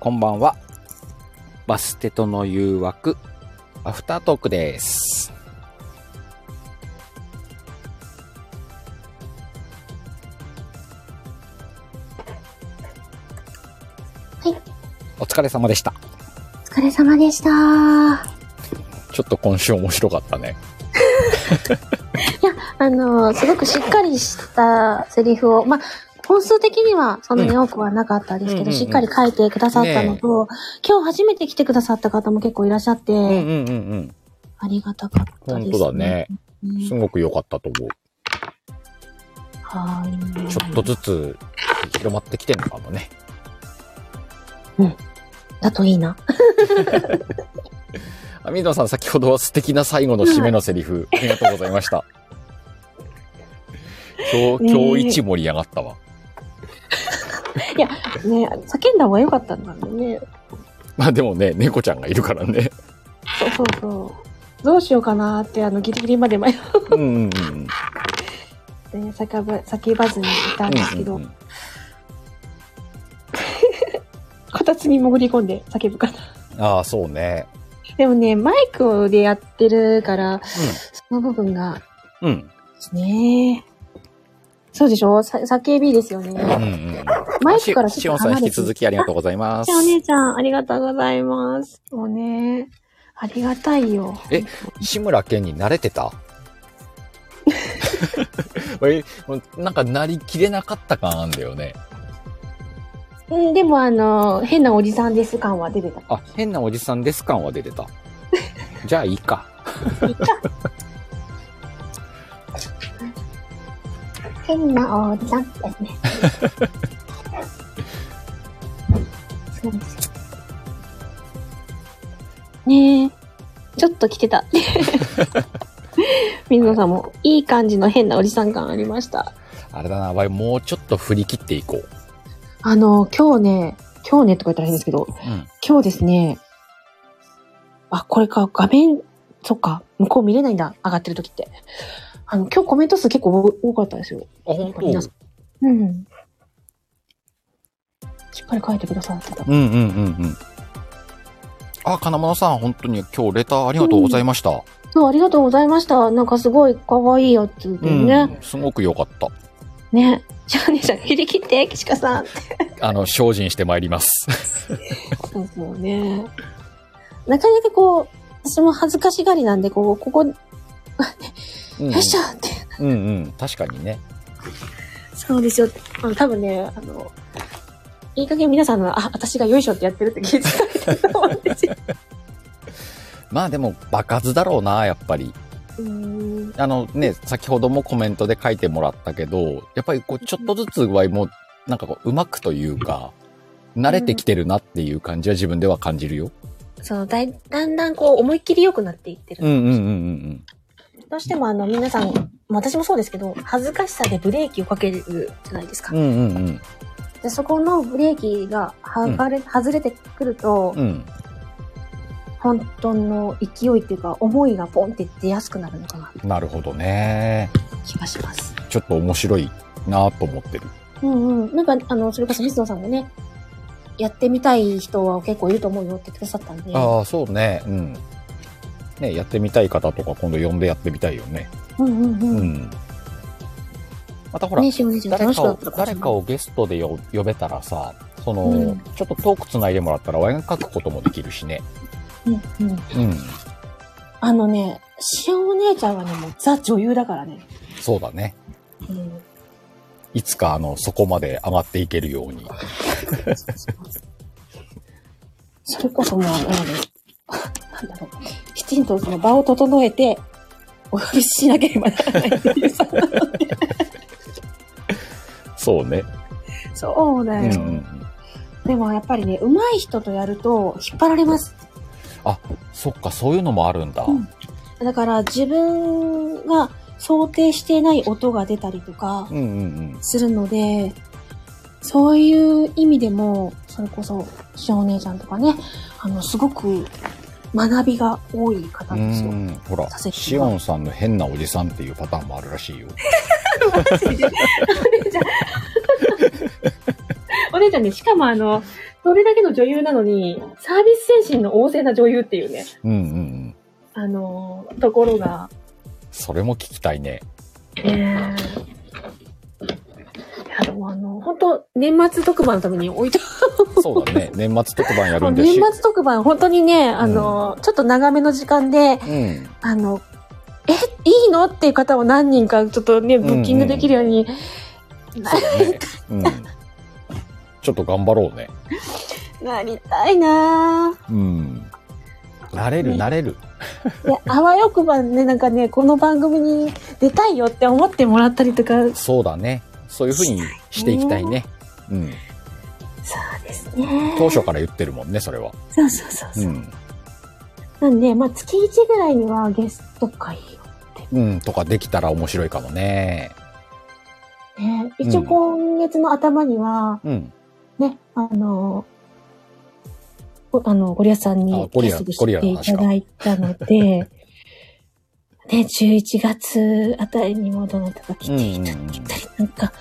こんばんは。バステとの誘惑、アフタートークです。はい。お疲れ様でした。お疲れ様でした。いや、ちょっと今週面白かったね。あの、すごくしっかりしたセリフを、まあ、本数的にはそんなに多くはなかったですけうんうんど、うんしっかり書いてくださったのと、今日初めて来てくださった方も結構いらっしゃって、うんうんうんうん。ありがたかったで本す、当だね。。うんすごく良かったと思う。はーい。ちょっとずつ広まってきてるのかもね。だといいな。あ、水野さん、先ほどは素敵な最後の締めのセリフ、ありがとうございました。今日、今日一盛り上がったわ。ね、叫んだ方が良かったんだろうね。まあでもね、猫ちゃんがいるからね。そうそうそう。どうしようかなーって、あの、ギリギリまで迷っうんうんうん。て、叫ば叫ばずにいたんですけど、うんうんうんこたつに潜り込んで叫ぶかな。ああ、そうね。でもね、マイクでやってるから、その部分がうん。うん。ですね。そうでしょさ叫びですよね。うんうん。マイクからしちおんょっとさん離引きれて。続きありがとうございます。お姉ちゃん、ありがとうございます。もうね、ありがたいよ。え志村けんに慣れて たえ、なんかなりきれなかった感あんだよね。うん、でもあの、変なおじさんです感は出てた。あ、変なおじさんです感は出てた。じゃあいいか。変なおじさんですね。 そうですよねえ、ちょっと来てた。 水野さんも、いい感じの変なおじさん感ありました。あれだな、もうちょっと振り切っていこう。あの、今日ね、今日ねとか言ったら変ですけど、うん。今日ですね、あ、これか、画面、そっか、向こう見れないんだ、上がってる時って。あの、今日コメント数結構多かったですよ。あ、本当皆さんうん。しっかり書いてくださってた。うんうんうんうん。あ、金物さん、本当に今日レターありがとうございました。そう、ありがとうございました。なんかすごい可愛いやつでね。すごく良かった。ね。じゃあね、じゃあ、振り切って、岸川さん。あの、精進してまいります。そうそうね。なかなかこう、私も恥ずかしがりなんで、こう、ここ、ようんっしゃって。うんうん。確かにね。そうですよ。あの、多分ね、あの、いい加減皆さんの、あ、私がよいしょってやってるって聞いてたと思うんで すよ。まあでも、場数だろうな、やっぱり。うーん。あのね、先ほどもコメントで書いてもらったけど、やっぱりこう、ちょっとずつ具合も、なんかこう、うまくというか、慣れてきてるなっていう感じは自分では感じるよ。そう、だい、だんだんこう、思いっきり良くなっていってる。うんうんうんうんどうしてもあの、皆さん、まあ私もそうですけど、恥ずかしさでブレーキをかけるじゃないですかうん。。うんうんうん。で、そこのブレーキがはがれ、外れてくると、うん。本当の勢いっていうか、思いがポンって出やすくなるのかな、なるほどね。気がします。ちょっと面白いなと思ってる。うんうん。なんか、あの、それこそ水野さんもね、やってみたい人は結構いると思うよって言ってくださったんで。ああ、そうね。うん。ね、やってみたい方とか今度呼んでやってみたいよね。うんうんううん。ん。またほら、ね、しおねちゃん誰楽しかかをった、かもし誰れなかい。をゲストでよ呼べたらさ、その、うんちょっとトークつないでもらったら、ワイン書くこともできるしね。うんううん。ん。あのね、しお姉ちゃんはね、もうザ女優だからね。そうだね。うん。いつか、あの、そこまで上がっていけるように。それこそもう、あの、なんだろう。きちんとその場を整えて、お呼びしなければならないっていうさ。そうね。そうだうよ、んうんうん。でもやっぱりね、上手い人とやると引っ張られます。そっか、そういうのもあるんだ。うんだから自分が想定していない音が出たりとかうんうんするので、そういう意味でも、それこそ、しお姉ちゃんとかね、あの、すごく学びが多い方うでん。すよう。ん。ほらさせ、てシオンさんの変なおじさんっていうパターンもあるらしい よ。お姉ちゃん。お姉ちゃんね、しかもあの、それだけの女優なのに、サービス精神の旺盛な女優っていうね、うんうんうん。あのーところが、それも聞きたい ね。ねえ。いや、でもあの、本当年末特番のために置いとそうだね。年末特番やるんだ年し。末特番、本当にね、あの、ちょっと長めの時間で、うん。あの、え、いいのっていう方を何人か、ちょっとね、ブッキングできるように、そうだね。うん。ちょっと頑張ろうね。なりたいなぁうん。なれる、ねなれる。で、あわよくばね、なんかね、この番組に出たいよって思ってもらったりとか、そうそうだね。そういうふうにしていきたいね。うん。ですね。当初から言ってるもんね、それは。そうそうそうそうう。ん。なんで、まあ、月1ぐらいにはゲスト会うん、とかできたら面白いかもね。をね、一応今月の頭には、うん。ね、あの、ごあの、ゴリアスさんあにゴリゲラストで来ていただいたので、 ね、11月あたりにもどなたか来うんていうんただいたり、なんか、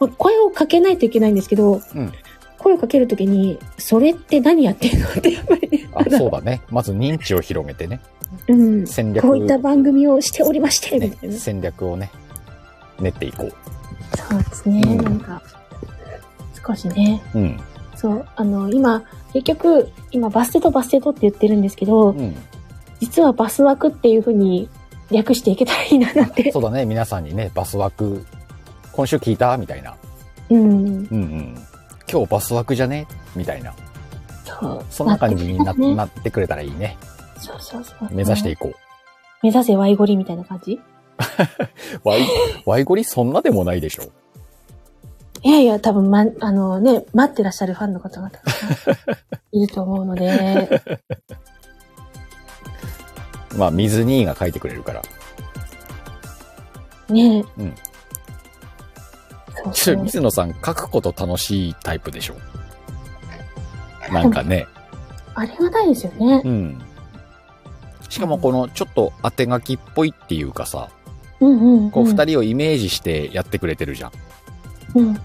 まあ声をかけないといけないんですけど、うん声をかけるときに、それって何やってんのってやっぱりね、あ、そうだね。まず認知を広めてね。うん、戦略こういった番組をしておりまして、みねたいな。戦略をね、練っていこう。そうですね、うんなんか、少しね、うん。そう、あの、今、結局、今、バステとバステとって言ってるんですけうど、ん。実はバス枠っていうふうに略していけたらいいななんて。そうだね。皆さんにね、バス枠、今週聞いたみたいな。うん。うんうん。今日バス枠じゃねみたいな。そう。そんな感じにな,、ねなってくれたらいいね。そうそうそう。目指していいこう。目指せワイゴリみたいな感じワイ、ワイゴリそんなでもないでしょ。いやいや、多分、ま、あのね、待ってらっしゃるファンの方々が いると思うので、まあ、水兄が書いてくれるから。ねえ。うんそうちそょう。水野さん、書くこと楽しいタイプでしょ。なんかね。あれはないですよねう。ん。しかもこの、ちょっと当て書きっぽいっていうかさ、うんうん、うん。こう二人。人をイメージしてやってくれてるじゃん。うん。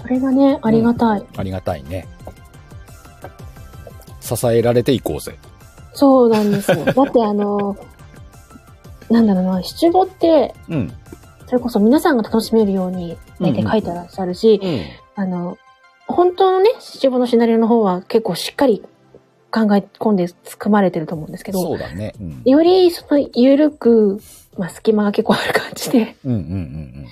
それがね、ありがたい。ありがたいね。支えられていこうぜ。そうなんですよ。だってあの、なんだろうな、七五って、うん。それこそ皆さんが楽しめるように、大体書いてらっしゃるし、うん。あの、本当のね、七五のシナリオの方は結構しっかり考え込んで組まれてると思うんですけど、そうだね。うん。よりその、ゆるく、まあ、隙間が結構ある感じで、うんうんうん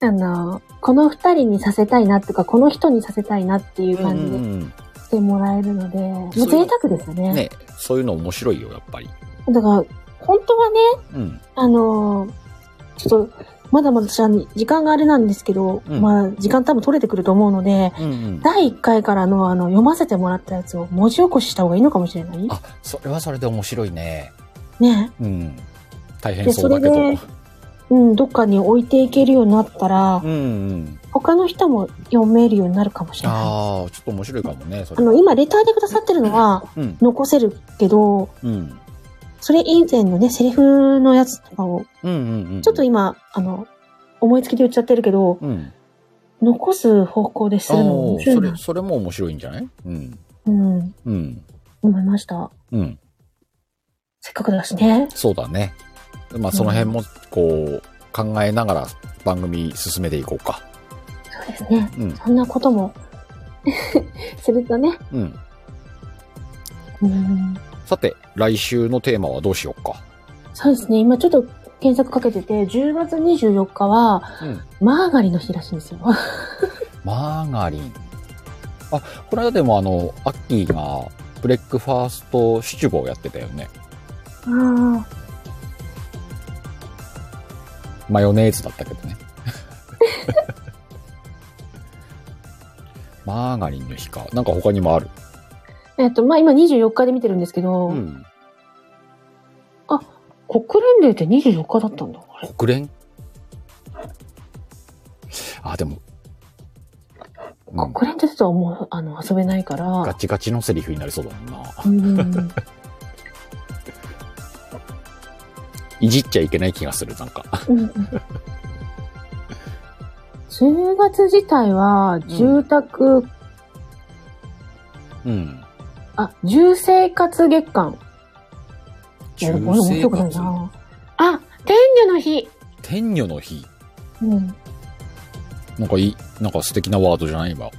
あの、この二人にさせたいなとか、この人にさせたいなっていううん。うん感じうでんしてもらえるので、そうもう贅沢ですようね。ん。ね、そういうの面白いよ、やっぱり。だから、本当はね、うん。あのーちょっと、まだまだ私は時間があれなんですけど、うんまあ、時間多分取れてくると思うので、うんうん。第1回からのあの、読ませてもらったやつを文字起こしした方がいいのかもしれないあ、それはそれで面白いね。ね。うん。大変でそうだけど。それでうん、どっかに置いていけるようになったらう、んうん。他の人も読めるようになるかもしれない。ああ、ちょっと面白いかもね、そあれ。の、今、レターでくださってるのはうん。残せるけど、うん。それ以前のね、セリフのやつとかを、うんうんうん。ちょっと今、あの、思いつきで言っちゃってるけど、うん。残す方向ですああるのも面ー、白いそれ、な。それも面白いんじゃないうん。うん、うん。思いました。うん。せっかくだしね。そうだね。まあ、その辺も、こう、考えながら番組進めていこうか。そうですね。うん。そんなこと もするとね。うん。うん。さて、来週のテーマはどうしようか。そうですね。今ちょっと検索かけてて、10月24日は、うん。マーガリンの日らしいんですよ。マーガリン。あ、この間でもあの、アッキーが、ブレックファーストシチューをやってたよね。あマヨネーズだったけど ね。マーガリンの日か。なんか他にもある。 えっと、まあ、今24日で見てるんですけど、うん。国連デーって24日だったんだ。あれ国連あ、でも、うん、国連デーとはもう、あの、遊べないから。ガチガチのセリフになりそうだもんな。 うん。いじっちゃいけない気がする、なんか。うん10月自体は、住宅、 うん。あ、住生活月間。いやでも俺も面白くない活な。あ、天女の日。天女の日。うん。なんかいい、なんか素敵なワードじゃない今。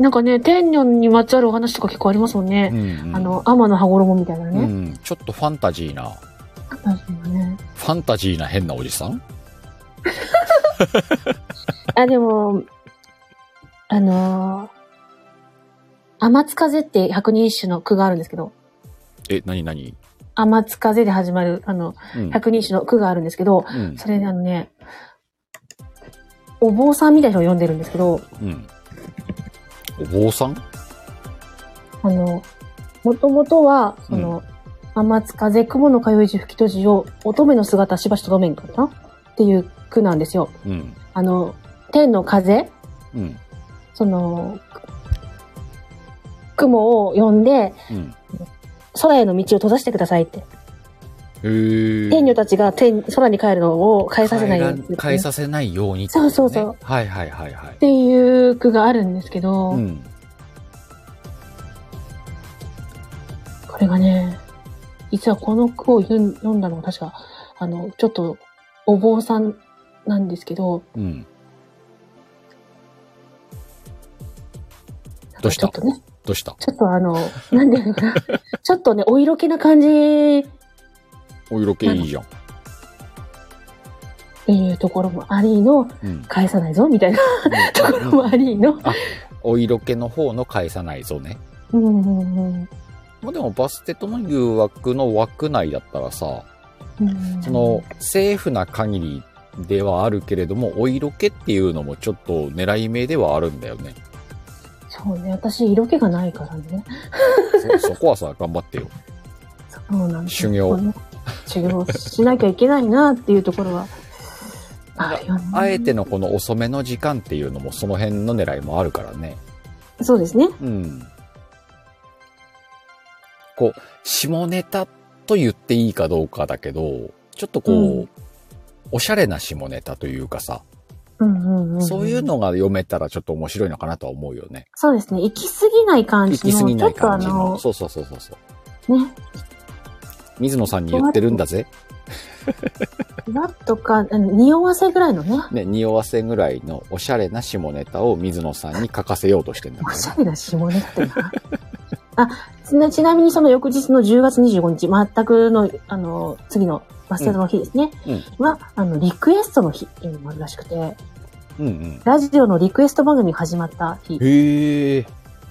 なんかね、天女にまつわるお話とか結構ありますもんうね。ん、うん。あの、天の羽衣みたいなうね。ん。ちょっとファンタジーな、確かにね。ファンタジーな変なおじさんあ、でも、あのー、天津風って百人一首の句があるんですけど、え、なになに天津風で始まる、あの、うん。百人一首の句があるんですけど、うん。それであのね、お坊さんみたいな人を呼んでるんですけど、うん。お坊さんあの、もともとは、その、天津風雲の通い時吹きとじを乙女の姿しばしとどめんかなっていう句なんですよ。うん。あの、天の風、うん。その、雲を呼んで、うん。空への道を閉ざしてくださいって。へー天女たちが天、空に帰るのを返させないようにするっていう変えさせないようにってそうそうそうねはいはいはいはいっ。ていう句があるんですけど、うん。これがね、実はこの句を読ん読んだのが確か、あの、ちょっとお坊さんなんですけど、うん。どうしたちょっとね、どうしたちょっとあの、 なんていうのかな、ちょっとね、お色気な感じってお色気いいじゃん。いうところもありの、うん。 返さないぞ、みたいなところもありの。お色気の方の返さないぞね。うんうんうんまあでもバステとの誘惑の枠内だったらさ、うんその、セーフな限りではあるけれども、お色気っていうのもちょっと狙い目ではあるんだよね。そうね、私、色気がないからね。そそ こはさ、頑張ってよ。そうなんです修よ行。修行しなきゃいけないなっていうところは、あるよね。あえてのこの遅めの時間っていうのもその辺の狙いもあるからね。そうですね。うん。こう、下ネタと言っていいかどうかだけど、ちょっとこう、うんおしゃれな下ネタというかさ、うんうんうんんそういうのが読めたらちょっと面白いのかなとは思うよね。そうですね。行き過ぎない感行じの。き過ぎない感じの。ちょそうそうそうそうそう。っとあの、ね、水野さんに言ってるんだぜ。ふわっとか、あの匂わせぐらいのね、ね、匂わせぐらいのおしゃれな下ネタを水野さんに書かせようとしてんだおから、しねゃ。れな下ネタな。あちな、ちなみにその翌日の10月25日、全くの、あの、次のバスタードの日ですね。うんは、あの、リクエストの日っていうのもあるらしくて、うんうん。ラジオのリクエスト番組が始まった日、へえ。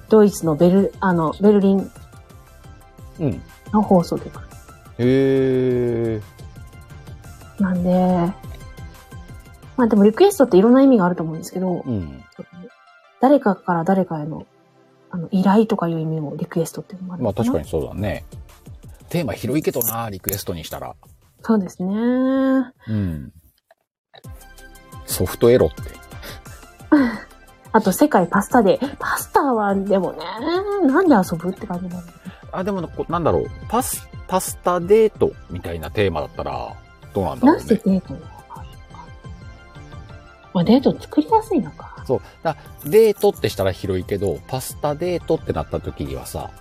ドイツのベル、あの、ベルリンうん。の放送局。へえ。なんで、まあでもリクエストっていろんな意味があると思うんですけど、うん。誰かから誰かへのあの依頼とかいう意味もリクエストっていうのもあるまあの確かに。にそうだね。テーマ広いけどな、リクエストにしたら。そうですね。うん。ソフトエロって。あと、世界パスタで、パスタはでもね、なんで遊ぶって感じなんだあ、でもこ、なんだろう。パス、パスタデートみたいなテーマだったら、どうなんだなろんうでね。デートなのかまあ、デート作りやすいのか。そう。だデートってしたら広いけど、パスタデートってなった時にはさ、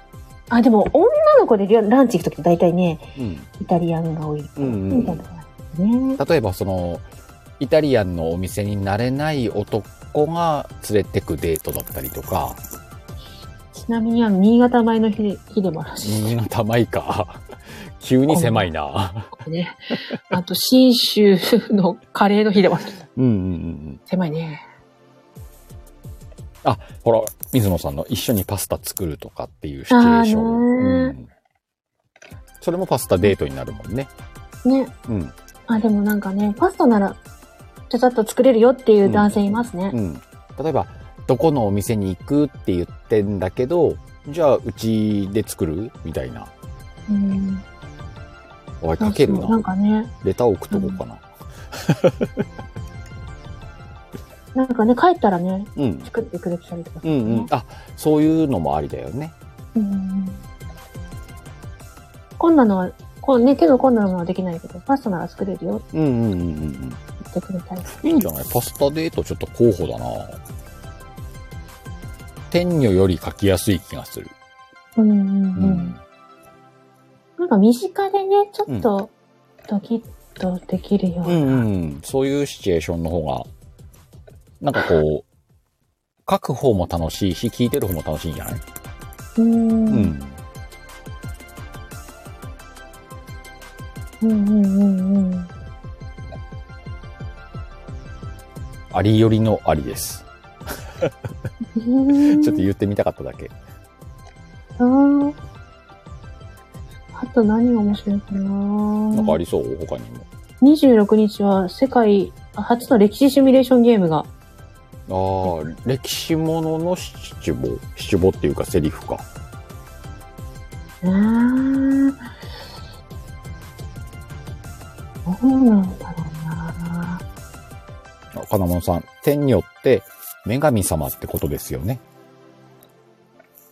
あ、でも、女の子でラランチ行くときって大体ね、うん。イタリアンが多い。うんうんうんみたいなのがあるね。例えばその、イタリアンのお店に慣れない男が連れてくデートだったりとか、ちなみに、あの、新潟前の日日でもあるし、新潟舞か。 急に狭いな。ね。あと、信州のカレーの日でもある。うんうんうんうん。狭いね。あ、ほら、水野さんの一緒にパスタ作るとかっていうシチュエーション。あーねーうんそれもパスタデートになるもんね。ね。うん。あ、でもなんかね、パスタなら、ちゃちゃっと作れるよっていう男性いますね。うん。例えば、どこのお店に行くって言ってんだけど、じゃあ、うちで作るみたいな。うん。おい、かけるなんな。かね、レター送っとこうかな。なんかね、帰ったらね、うん。作ってくれてたりとかすうるね、んうん。あ、そういうのもありだよね。うんこんなのは、こうね、手のこんなのはできないけど、パスタなら作れるようんうんうんうんうん。ってっていくみたいです。いいんじゃないパスタデートちょっと候補だな天女より書きやすい気がする。うんうんうん。うん。なんか身近でね、ちょっとドキッとできるよううな。んうん。そういうシチュエーションの方が、なんかこう、書く方も楽しいし、聞いてる方も楽しいんじゃないうん。うん。うんうんうん。ありよりのありです。ちちょょっと言ってみたかっただけ。ああ。あと何が面白いかななんかありそう他に26日は世界初の歴史シミュレーションゲームが。も。ああ、歴史ものの七五。七五っていうかセリフか。ああ。どうなんだろうなあ金物さん、天女って女神様ってことですよね。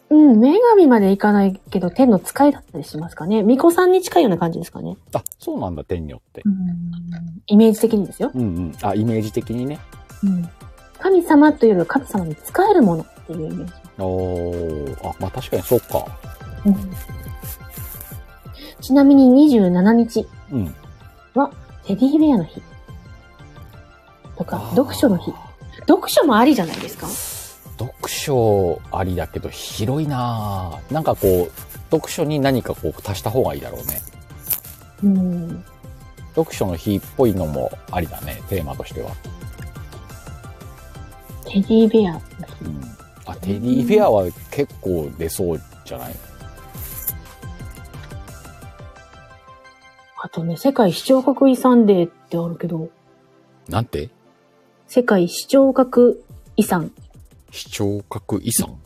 うん、女神までいかないけど、天の使いだったりしますかね。巫女さんに近いような感じですかね。あ、そうなんだ、天女って。イメージ的にですよ。うんうん。あ、イメージ的にね。うん、神様というよりは神様に使えるものっていうイメージ。おー。あ、まあ確かにそうか。ちなみに27日、うん。テディベアの日。とかあー、読書の日。読書もありじゃないですか読書ありだけど広いなぁなんかこう、読書に何かこう足した方がいいだろうね。うん。読書の日っぽいのもありだね、テーマとしては。テディベアの日。うん。あ、テディベアは結構出そうじゃないあとね、世界視聴覚遺産デーってあるけど、なんて世界視聴覚遺産。視聴覚遺産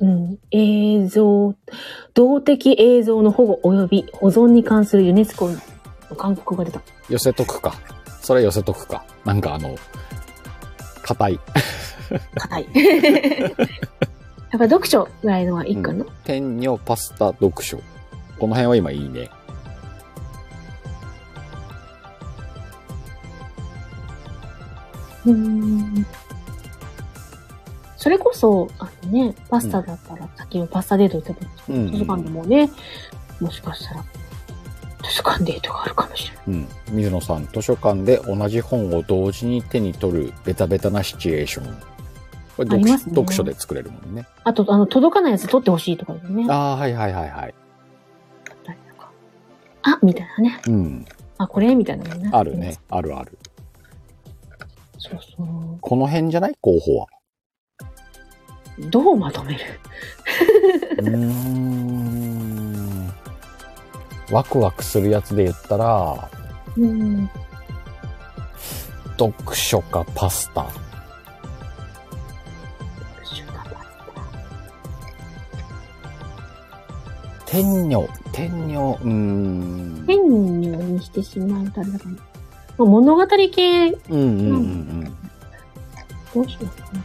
うん。映像、動的映像の保護及び保存に関するユネスコの勧告が出た。寄せとくか。それ寄せとくか。なんかあの、硬い。硬い。 やっぱ読書ぐらいのはいいかな、天女パスタ読書。この辺は今いいね。うーんそれこそ、あのね、パスタだったら、先のパスタデートっても、うん図書館でもね、もしかしたら、図書館デートがあるかもしれない。うん。水野さん、図書館で同じ本を同時に手に取るベタベタなシチュエーション。これあり読,、ますね読書で作れるもんね。あと、あの、届かないやつ取ってほしいとかでね。あああ、はいはいはいはい。ったりとか。あ、みたいなね。うん。あ、これみたいなのもねあるね。。あるある。そうそこの辺じゃない候補は。う。どうまとめるうーん。ワクワクするやつで言ったら、うん。読書かパスタ。図書館天女、天女、うーん。変女にしてしまうとあれだから、まあ物語系、うんうんうんうん。どうしようかな。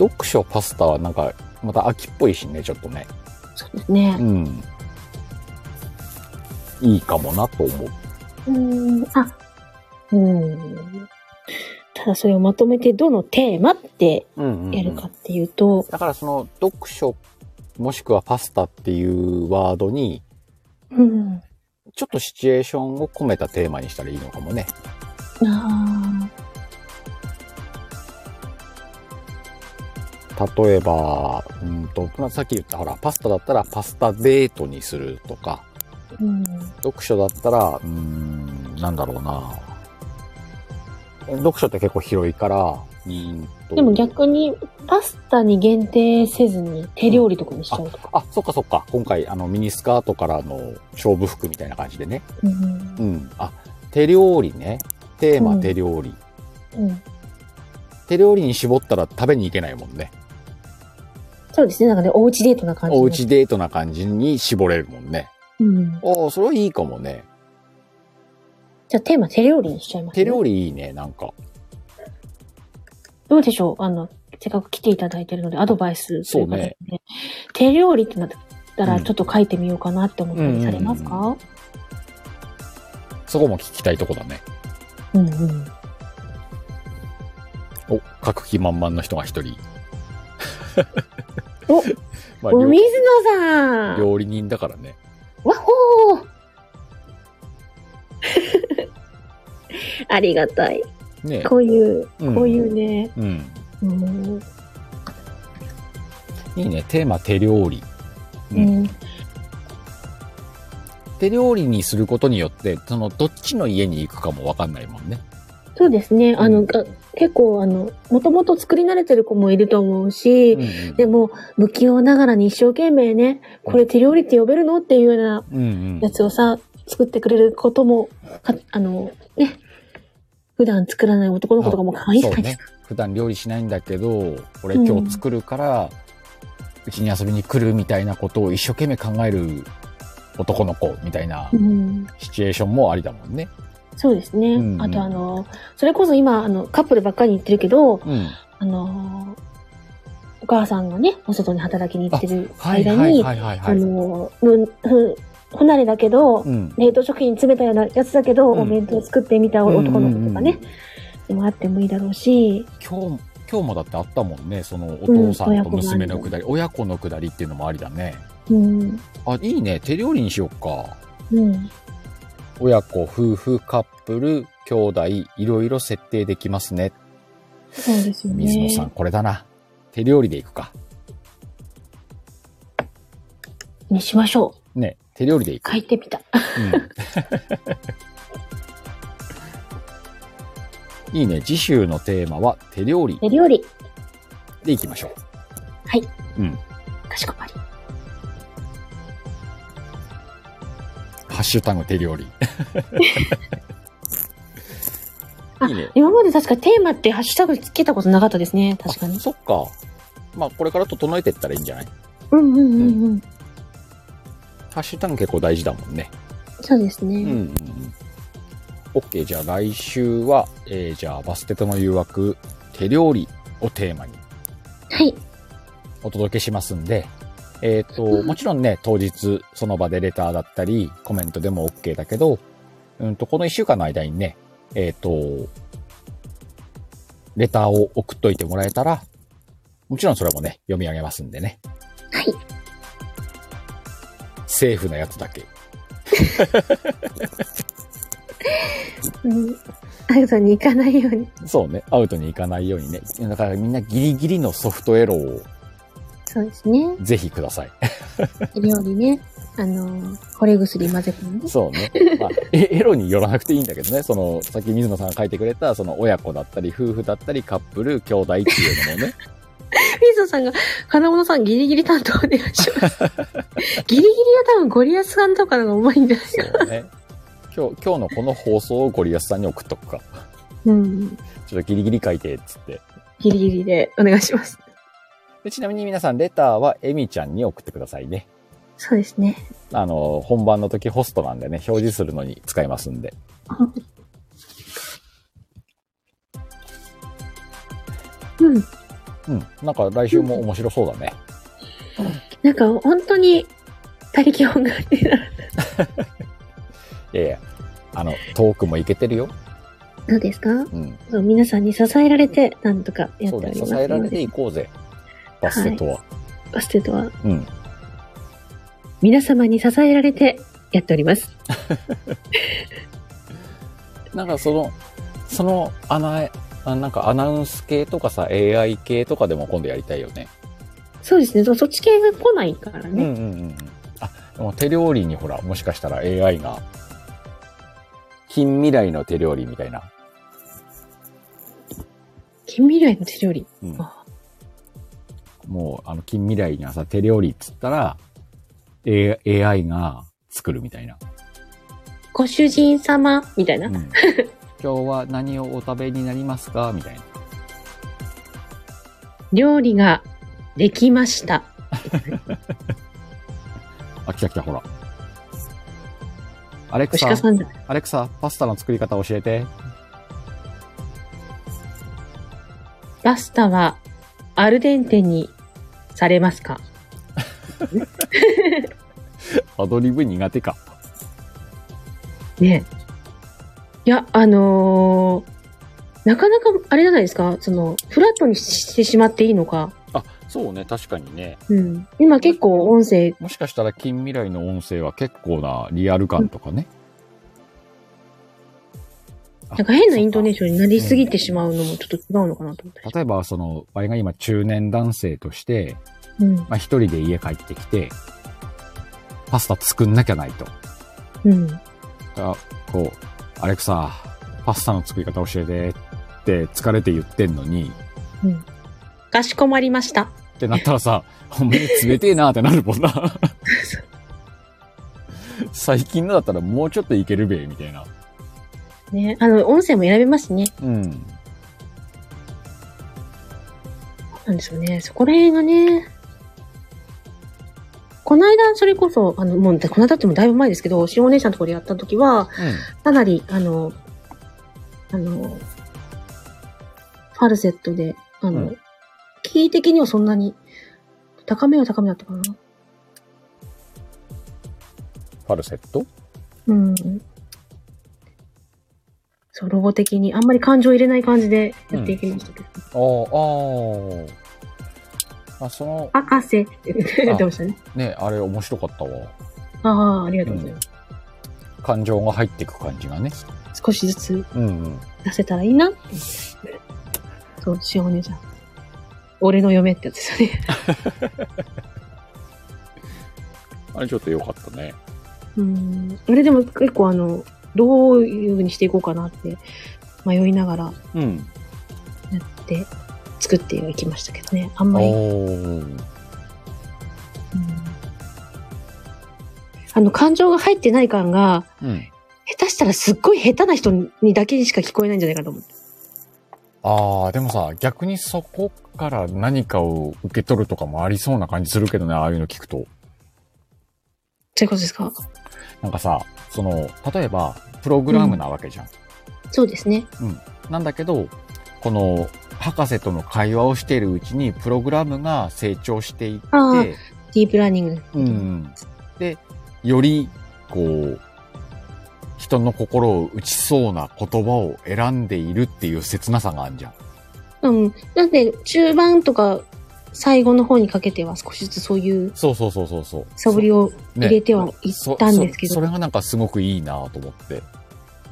読書パスタはなんか、また秋っぽいしね、ちょっとね。そうですね。うん。いいかもなと思う。うーん、あ、うーん。ただそれをまとめてどのテーマってうんやるかっていうと、だからその、読書、もしくはパスタっていうワードに、うん、ちょっとシチュエーションを込めたテーマにしたらいいのかもね。あ例えば、うんと、まあさっき言ったほら、パスタだったらパスタデートにするとか、ーうん、読書だったら、うーん、なんだろうな。読書って結構広いから、うーんと。でも逆にパスタに限定せずに手料理とかにしちゃうとか。あ、そっかそっか。今回、あの、ミニスカートからの勝負服みたいな感じでね。うんうん。あ、手料理ね。テーうマん手料理。うん、手料理に絞ったら食べに行けないもんね。そうですね。なんかね、おうちデートな感じの。おうちデートな感じに絞れるもんね。うん。ああ、それはいいかもね。じゃあテーマ手料理にしちゃいます、ね。手料理いいね、なんか。どうでしょうあの、せっかく来ていただいてるのでアドバイスという形で。手料理ってなったらちょっと書いてみようかなって思ったりされますか、そこも聞きたいとこだね。うんうん。お、書く気満々の人が一人。 お、 まあ、お料水野さん料理人だからね。わほー ありがたい。ねこういう、うんこういうね。うん。うん。いいね。テーマ、手料理。ううんん。手料理にすることによって、その、どっちの家に行くかもわかんないもんね。そうですね。あうの、んが結構、あの、もともと作り慣れてる子もいると思うし、うんうんでも、不器用ながらに一生懸命ね、これ手料理って呼べるのっていうようなうんうんやつをさ、作ってくれることも、かあの、ね、普段作らない男の子とかも可愛いじそゃうないですねか。。普段料理しないんだけど、俺今日作るから、うちに遊びに来るみたいなことを一生懸命考える男の子みたいなうん、シチュエーションもありだもんね。そうですね。うんうんあとあの、それこそ今、あの、カップルばっかりに行ってるけど、うん。あの、お母さんがね、お外に働きに行ってるはい間はいに、はいはいはあい。の、むふ不慣れだけど、うん。冷凍食品に詰めたようなやつだけど、うんお弁当作ってみた男の子とかね、うんうんでもあってもいいだろうし、今日、今日もだってあったもんね。そのお父さんと娘のくだり、親子のくだりっていうのもありだね。うん、あ、いいね。手料理にしよっか。うん、親子、夫婦、カップル、兄弟、いろいろ設定できますね。そうですよね。水野さん、これだな。手料理でいくか。にしましょね。手料理でいくう。。書いてみた。うん いいね。次週のテーマは手料理手料理、でいきましょう。かしこまり。ハッシュタグ手料理。 あいいね。今まで確かテーマってハッシュタグつけたことなかったですね。確かあに。そっか。まあ、これから整えていったらいいんじゃないうんうんうんうん。ハッシュタグ結構大事だもんね。そうですね。うんうんうん。OK。じゃあ来週は、えーじゃあバステとの誘惑、手料理をテーマにはい。お届けしますんで、えっ、と、もちろんね、当日、その場でレターだったり、コメントでも OK だけど、うんと、この一週間の間にね、えっ、と、レターを送っといてもらえたら、もちろんそれもね、読み上げますんでね。はい。セーフなやつだけ。うん。あゆさんに行かないように。そうね、アウトに行かないようにね。だからみんなギリギリのソフトエローをそうですね。ぜひください。手料理ね。あのー、惚れ薬混ぜてね。そうね。まあ、え エロによらなくていいんだけどね。その、さっき水野さんが書いてくれた、その親子だったり、夫婦だったり、カップル、兄弟っていうのもね。水野さんが、金物さんギリギリ担当お願いし ます。ギリギリは多分ゴリアスさんとかの方がうまいんじゃないかそうね。 今日、今日のこの放送をゴリアスさんに送っとくか。うん。ちょっとギリギリ書いて、つって。ギリギリでお願いします。でちなみに皆さん、レターはエミちゃんに送ってくださいね。そうですね。あの、本番の時ホストなんでね、表示するのに使いますんで。うん。うん。なんか来週も面白そうだね。なんか本当に、他力本願ってなる。いやいや、あの、トークもいけてるよ。どうですかうん。そう皆さんに支えられて、なんとかやってそおうりね。ます支ので。えられていこうぜ。バスケとは。バステとは、うん。皆様に支えられてやっております。なんかその、そのアナ、あなんかアナウンス系とかさ、AI 系とかでも今度やりたいよね。そうですね。そそっち系が来ないからうんうね。んうんうん。あ、でも手料理にほら、もしかしたら AI が、近未来の手料理みたいな。近未来の手料理。うんあもう、あの、近未来にはさ、手料理っつったら、A、AI が作るみたいな。ご主人様みたいな。うん、 今日は何をお食べになりますかみたいな。料理ができました。あ、来た来た、ほら。アレクごサ鹿、さんだ。アレクサ、パスタの作り方教えて。パスタはアルデンテにされますかアドリブ苦手か。ねえいや、あのーなかなか、あれじゃないですか、その、フラットにしてしまっていいのか。あ、そうね、確かにね。うん。今結構音声、もしかしたら近未来の音声は結構なリアル感とかね。あなんか変なイントネーションになりすぎてしまうのもちょっと違うのかなと思ったりし例えば、その、場合が今中年男性として、うん。まあ一人で家帰ってきて、パスタ作んなきゃないと。うん。あこう、アレクサ、パスタの作り方教えてって疲れて言ってんのに、うん。かしこまりました。ってなったらさ、お前冷てえなってなるも んな。最近のだったらもうちょっといけるべ、みたいな。ね。あの、音声も選べますね。うん。なんですよね。そこら辺がね。この間、それこそ、あの、もう、この間ってもだいぶ前ですけど、しお姉ちゃんのところでやった時は、かなり、あの、あの、ファルセットで、あの、うんキー的にはそんなに、高めは高めだったかな。ファルセットうん。そう、ロゴ的に、あんまり感情入れない感じでやっていきましたけあど。あ、ああ。あ、その、博士って言ってましたね。ね、あれ面白かったわ。ああー、ありがとうございます。感情が入ってく感じがね。少しずつうんうん。出せたらいいなって思って。そう、しお姉ちゃん。俺の嫁ってやつですよね。あれちょっと良かったね。うん。俺でも結構あの、どういう風にしていこうかなって迷いながらうん。やって、作ってはいきましたけどね。あんおまり。うんー。あの、感情が入ってない感が、うん。下手したらすっごい下手な人にだけにしか聞こえないんじゃないかと思って。ああ、でもさ、逆にそこから何かを受け取るとかもありそうな感じするけどね、ああいうの聞くと。そういうことですかなんかさ、その、例えば、プログラムなわけじゃん。そうですね。なんだけど、この、博士との会話をしているうちに、プログラムが成長していって、あーディープラーニング。うん。で、より、こう、人の心を打ちそうな言葉を選んでいるっていう切なさがあるじゃん。うん。なんで、中盤とか最後の方にかけては少しずつそういうそうそうそうそうそう。素振りを入れてはいったんですけどそそそれがなんかすごくいいなと思って。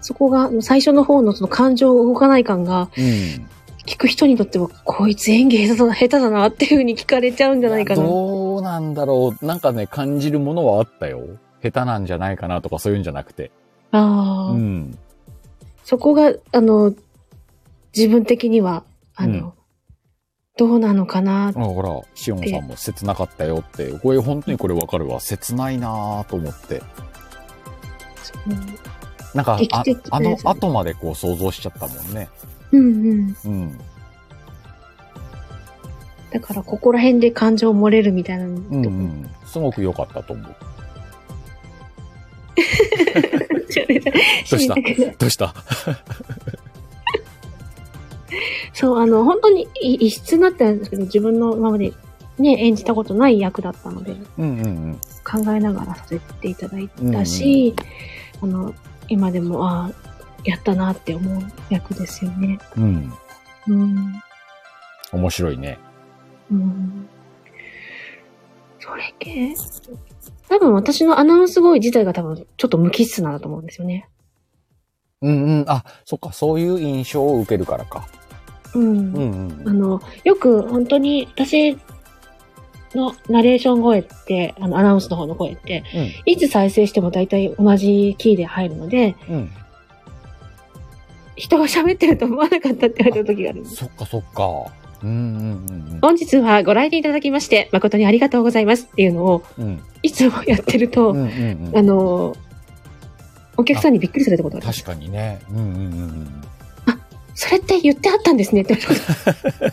そこが、あの最初の方のその感情動かない感が、うん。聞く人にとっては、こいつ演技下手だな、下手だなっていう風に聞かれちゃうんじゃないかな。どうなんだろう。なんかね、感じるものはあったよ。下手なんじゃないかなとかそういうんじゃなくて。ああ、うん。そこが、あの、自分的には、あの、うんどうなのかな。あほら、シオンさんも切なかったよって、これ本当にこれわかるわ。切ないなぁと思って。なんか、あ生きてってあのね後までこう想像しちゃったもんね。うんうん。うん。だから、ここら辺で感情漏れるみたいなうのんうと か。ん。すごく良かったと思 う。どうしたどうした そう、あの、本当にい異質になってたんですけど、自分の今までね、演じたことない役だったので、うんうん考えながらさせていただいたし、あの、今でも、ああ、やったなって思う役ですよね。うん。うん。うん。面白いね。うん。それ系多分私のアナウンス声自体が多分ちょっと無機質なんだと思うんですよね。うんうん。あ、そっか、そういう印象を受けるからか。うん。うんあうん。の、よく本当に私のナレーション声って、あの、アナウンスの方の声って、うんいつ再生しても大体同じキーで入るので、うん。人が喋ってると思わなかったって言われた時があるんです。そっかそっか。うんうん本日はご来店いただきまして、誠にありがとうございますっていうのを、うんうん。うんいつもやってるうと、んうんうあん。の、お客さんにびっくりするってことがある。確かにね。うんうんうんうん。それって言ってあったんですねって言われ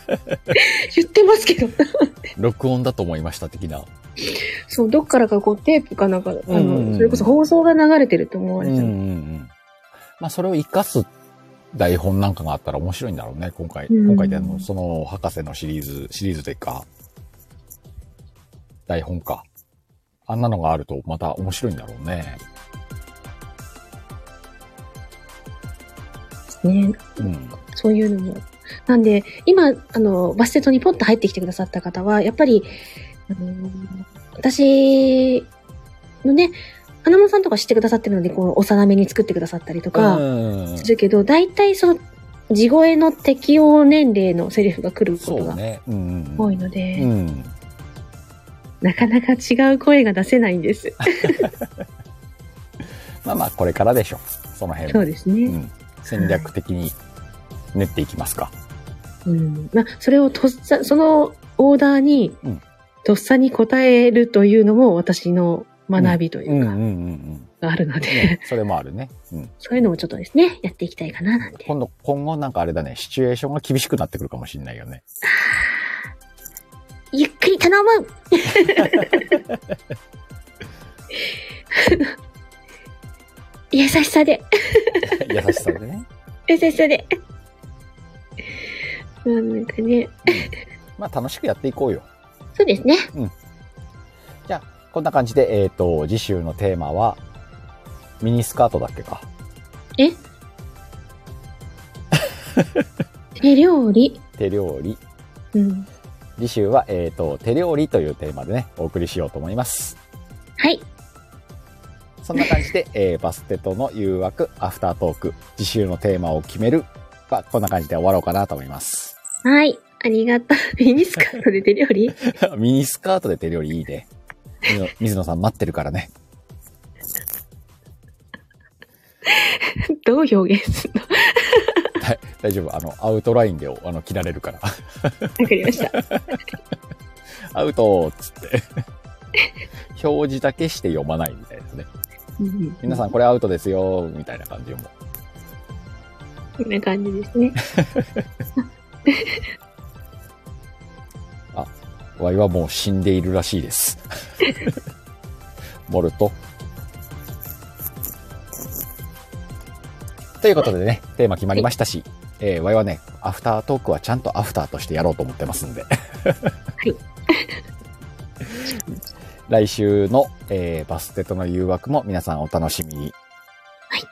た こと。言ってますけど。録音だと思いました、的な。そう、どっからかこうテープかなんか、あの、うんうんうんそれこそ放送が流れてると思われうんてうる。んうん。まあ、それを活かす台本なんかがあったら面白いんだろうね、今回。うん今回であの、その、博士のシリーズ、シリーズというか、台本か。あんなのがあるとまた面白いんだろうね。ですね。うん。そういうのも。なんで、今、あの、バステットにポッと入ってきてくださった方は、やっぱり、あの、私のね、花間さんとか知ってくださってるので、こう、お定めに作ってくださったりとか、うんするけど、大体その、地声の適用年齢のセリフが来るこそとうがね。うん。多いので、うん。なかなか違う声が出せないんです。まあまあ、これからでしょ。その辺そうす。ですね。うん。戦略的に練っていきますか。うん、まあ、それをとっさ、そのオーダーにうん、とっさに答えるというのも私の学びとうんいううんうか、んうん。があるのねで、それもあるね。うん。 そういうのもちょっとですね、やっていきたいかななんて。今度、今後なんかあれだね、シチュエーションが厳しくなってくるかもしれない よね。ゆっくり頼 む優しさで、優しさでね。優しさで。うんなんかね、まあ、楽しくやっていこうよ。そうですね。こんな感じで、えっ、と、次週のテーマは、ミニスカートだっけか。え手料理。手料理。うん次週は、えっ、と、手料理というテーマでね、お送りしようと思います。はい。そんな感じで、えーバステとの誘惑、アフタートーク、次週のテーマを決める。は、こんな感じで終わろうかなと思います。 はい。ありがとう。 ミニスカートで手料理 ミニスカートで手料理いいね。水野水野さん待ってるからね。どう表現するのわはい大丈夫。あの、アウトラインで、あの、切られるから。 かりました。アウトーっつって。 表示だけして読まないみたいですね。皆さんこれアウトですよ、みたいな感じも。ん。こんな感じですね。ワイはもう死んでいるらしいです。ボルト。ということでね、テーマ決まりましたし、えー、ワイはね、アフタートークはちゃんとアフターとしてやろうと思ってますんで。い 来週の、えーバステとの誘惑も皆さんお楽しみに。はい。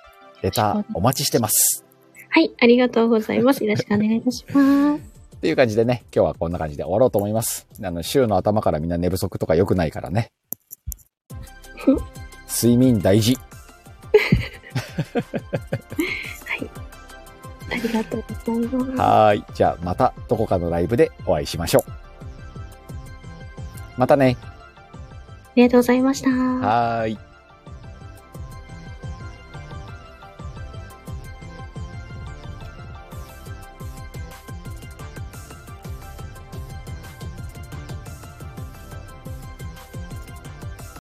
レターお待ちしてます。はい。ありがとうございます。よろしくお願いいたします。っていう感じでね、今日はこんな感じで終わろうと思います。あの、週の頭からみんな寝不足とか良くないからね。睡眠大事。ありがとうございます。はーい。じゃあ、またどこかのライブでお会いしましょう。またね。ありがとうございました。はーい。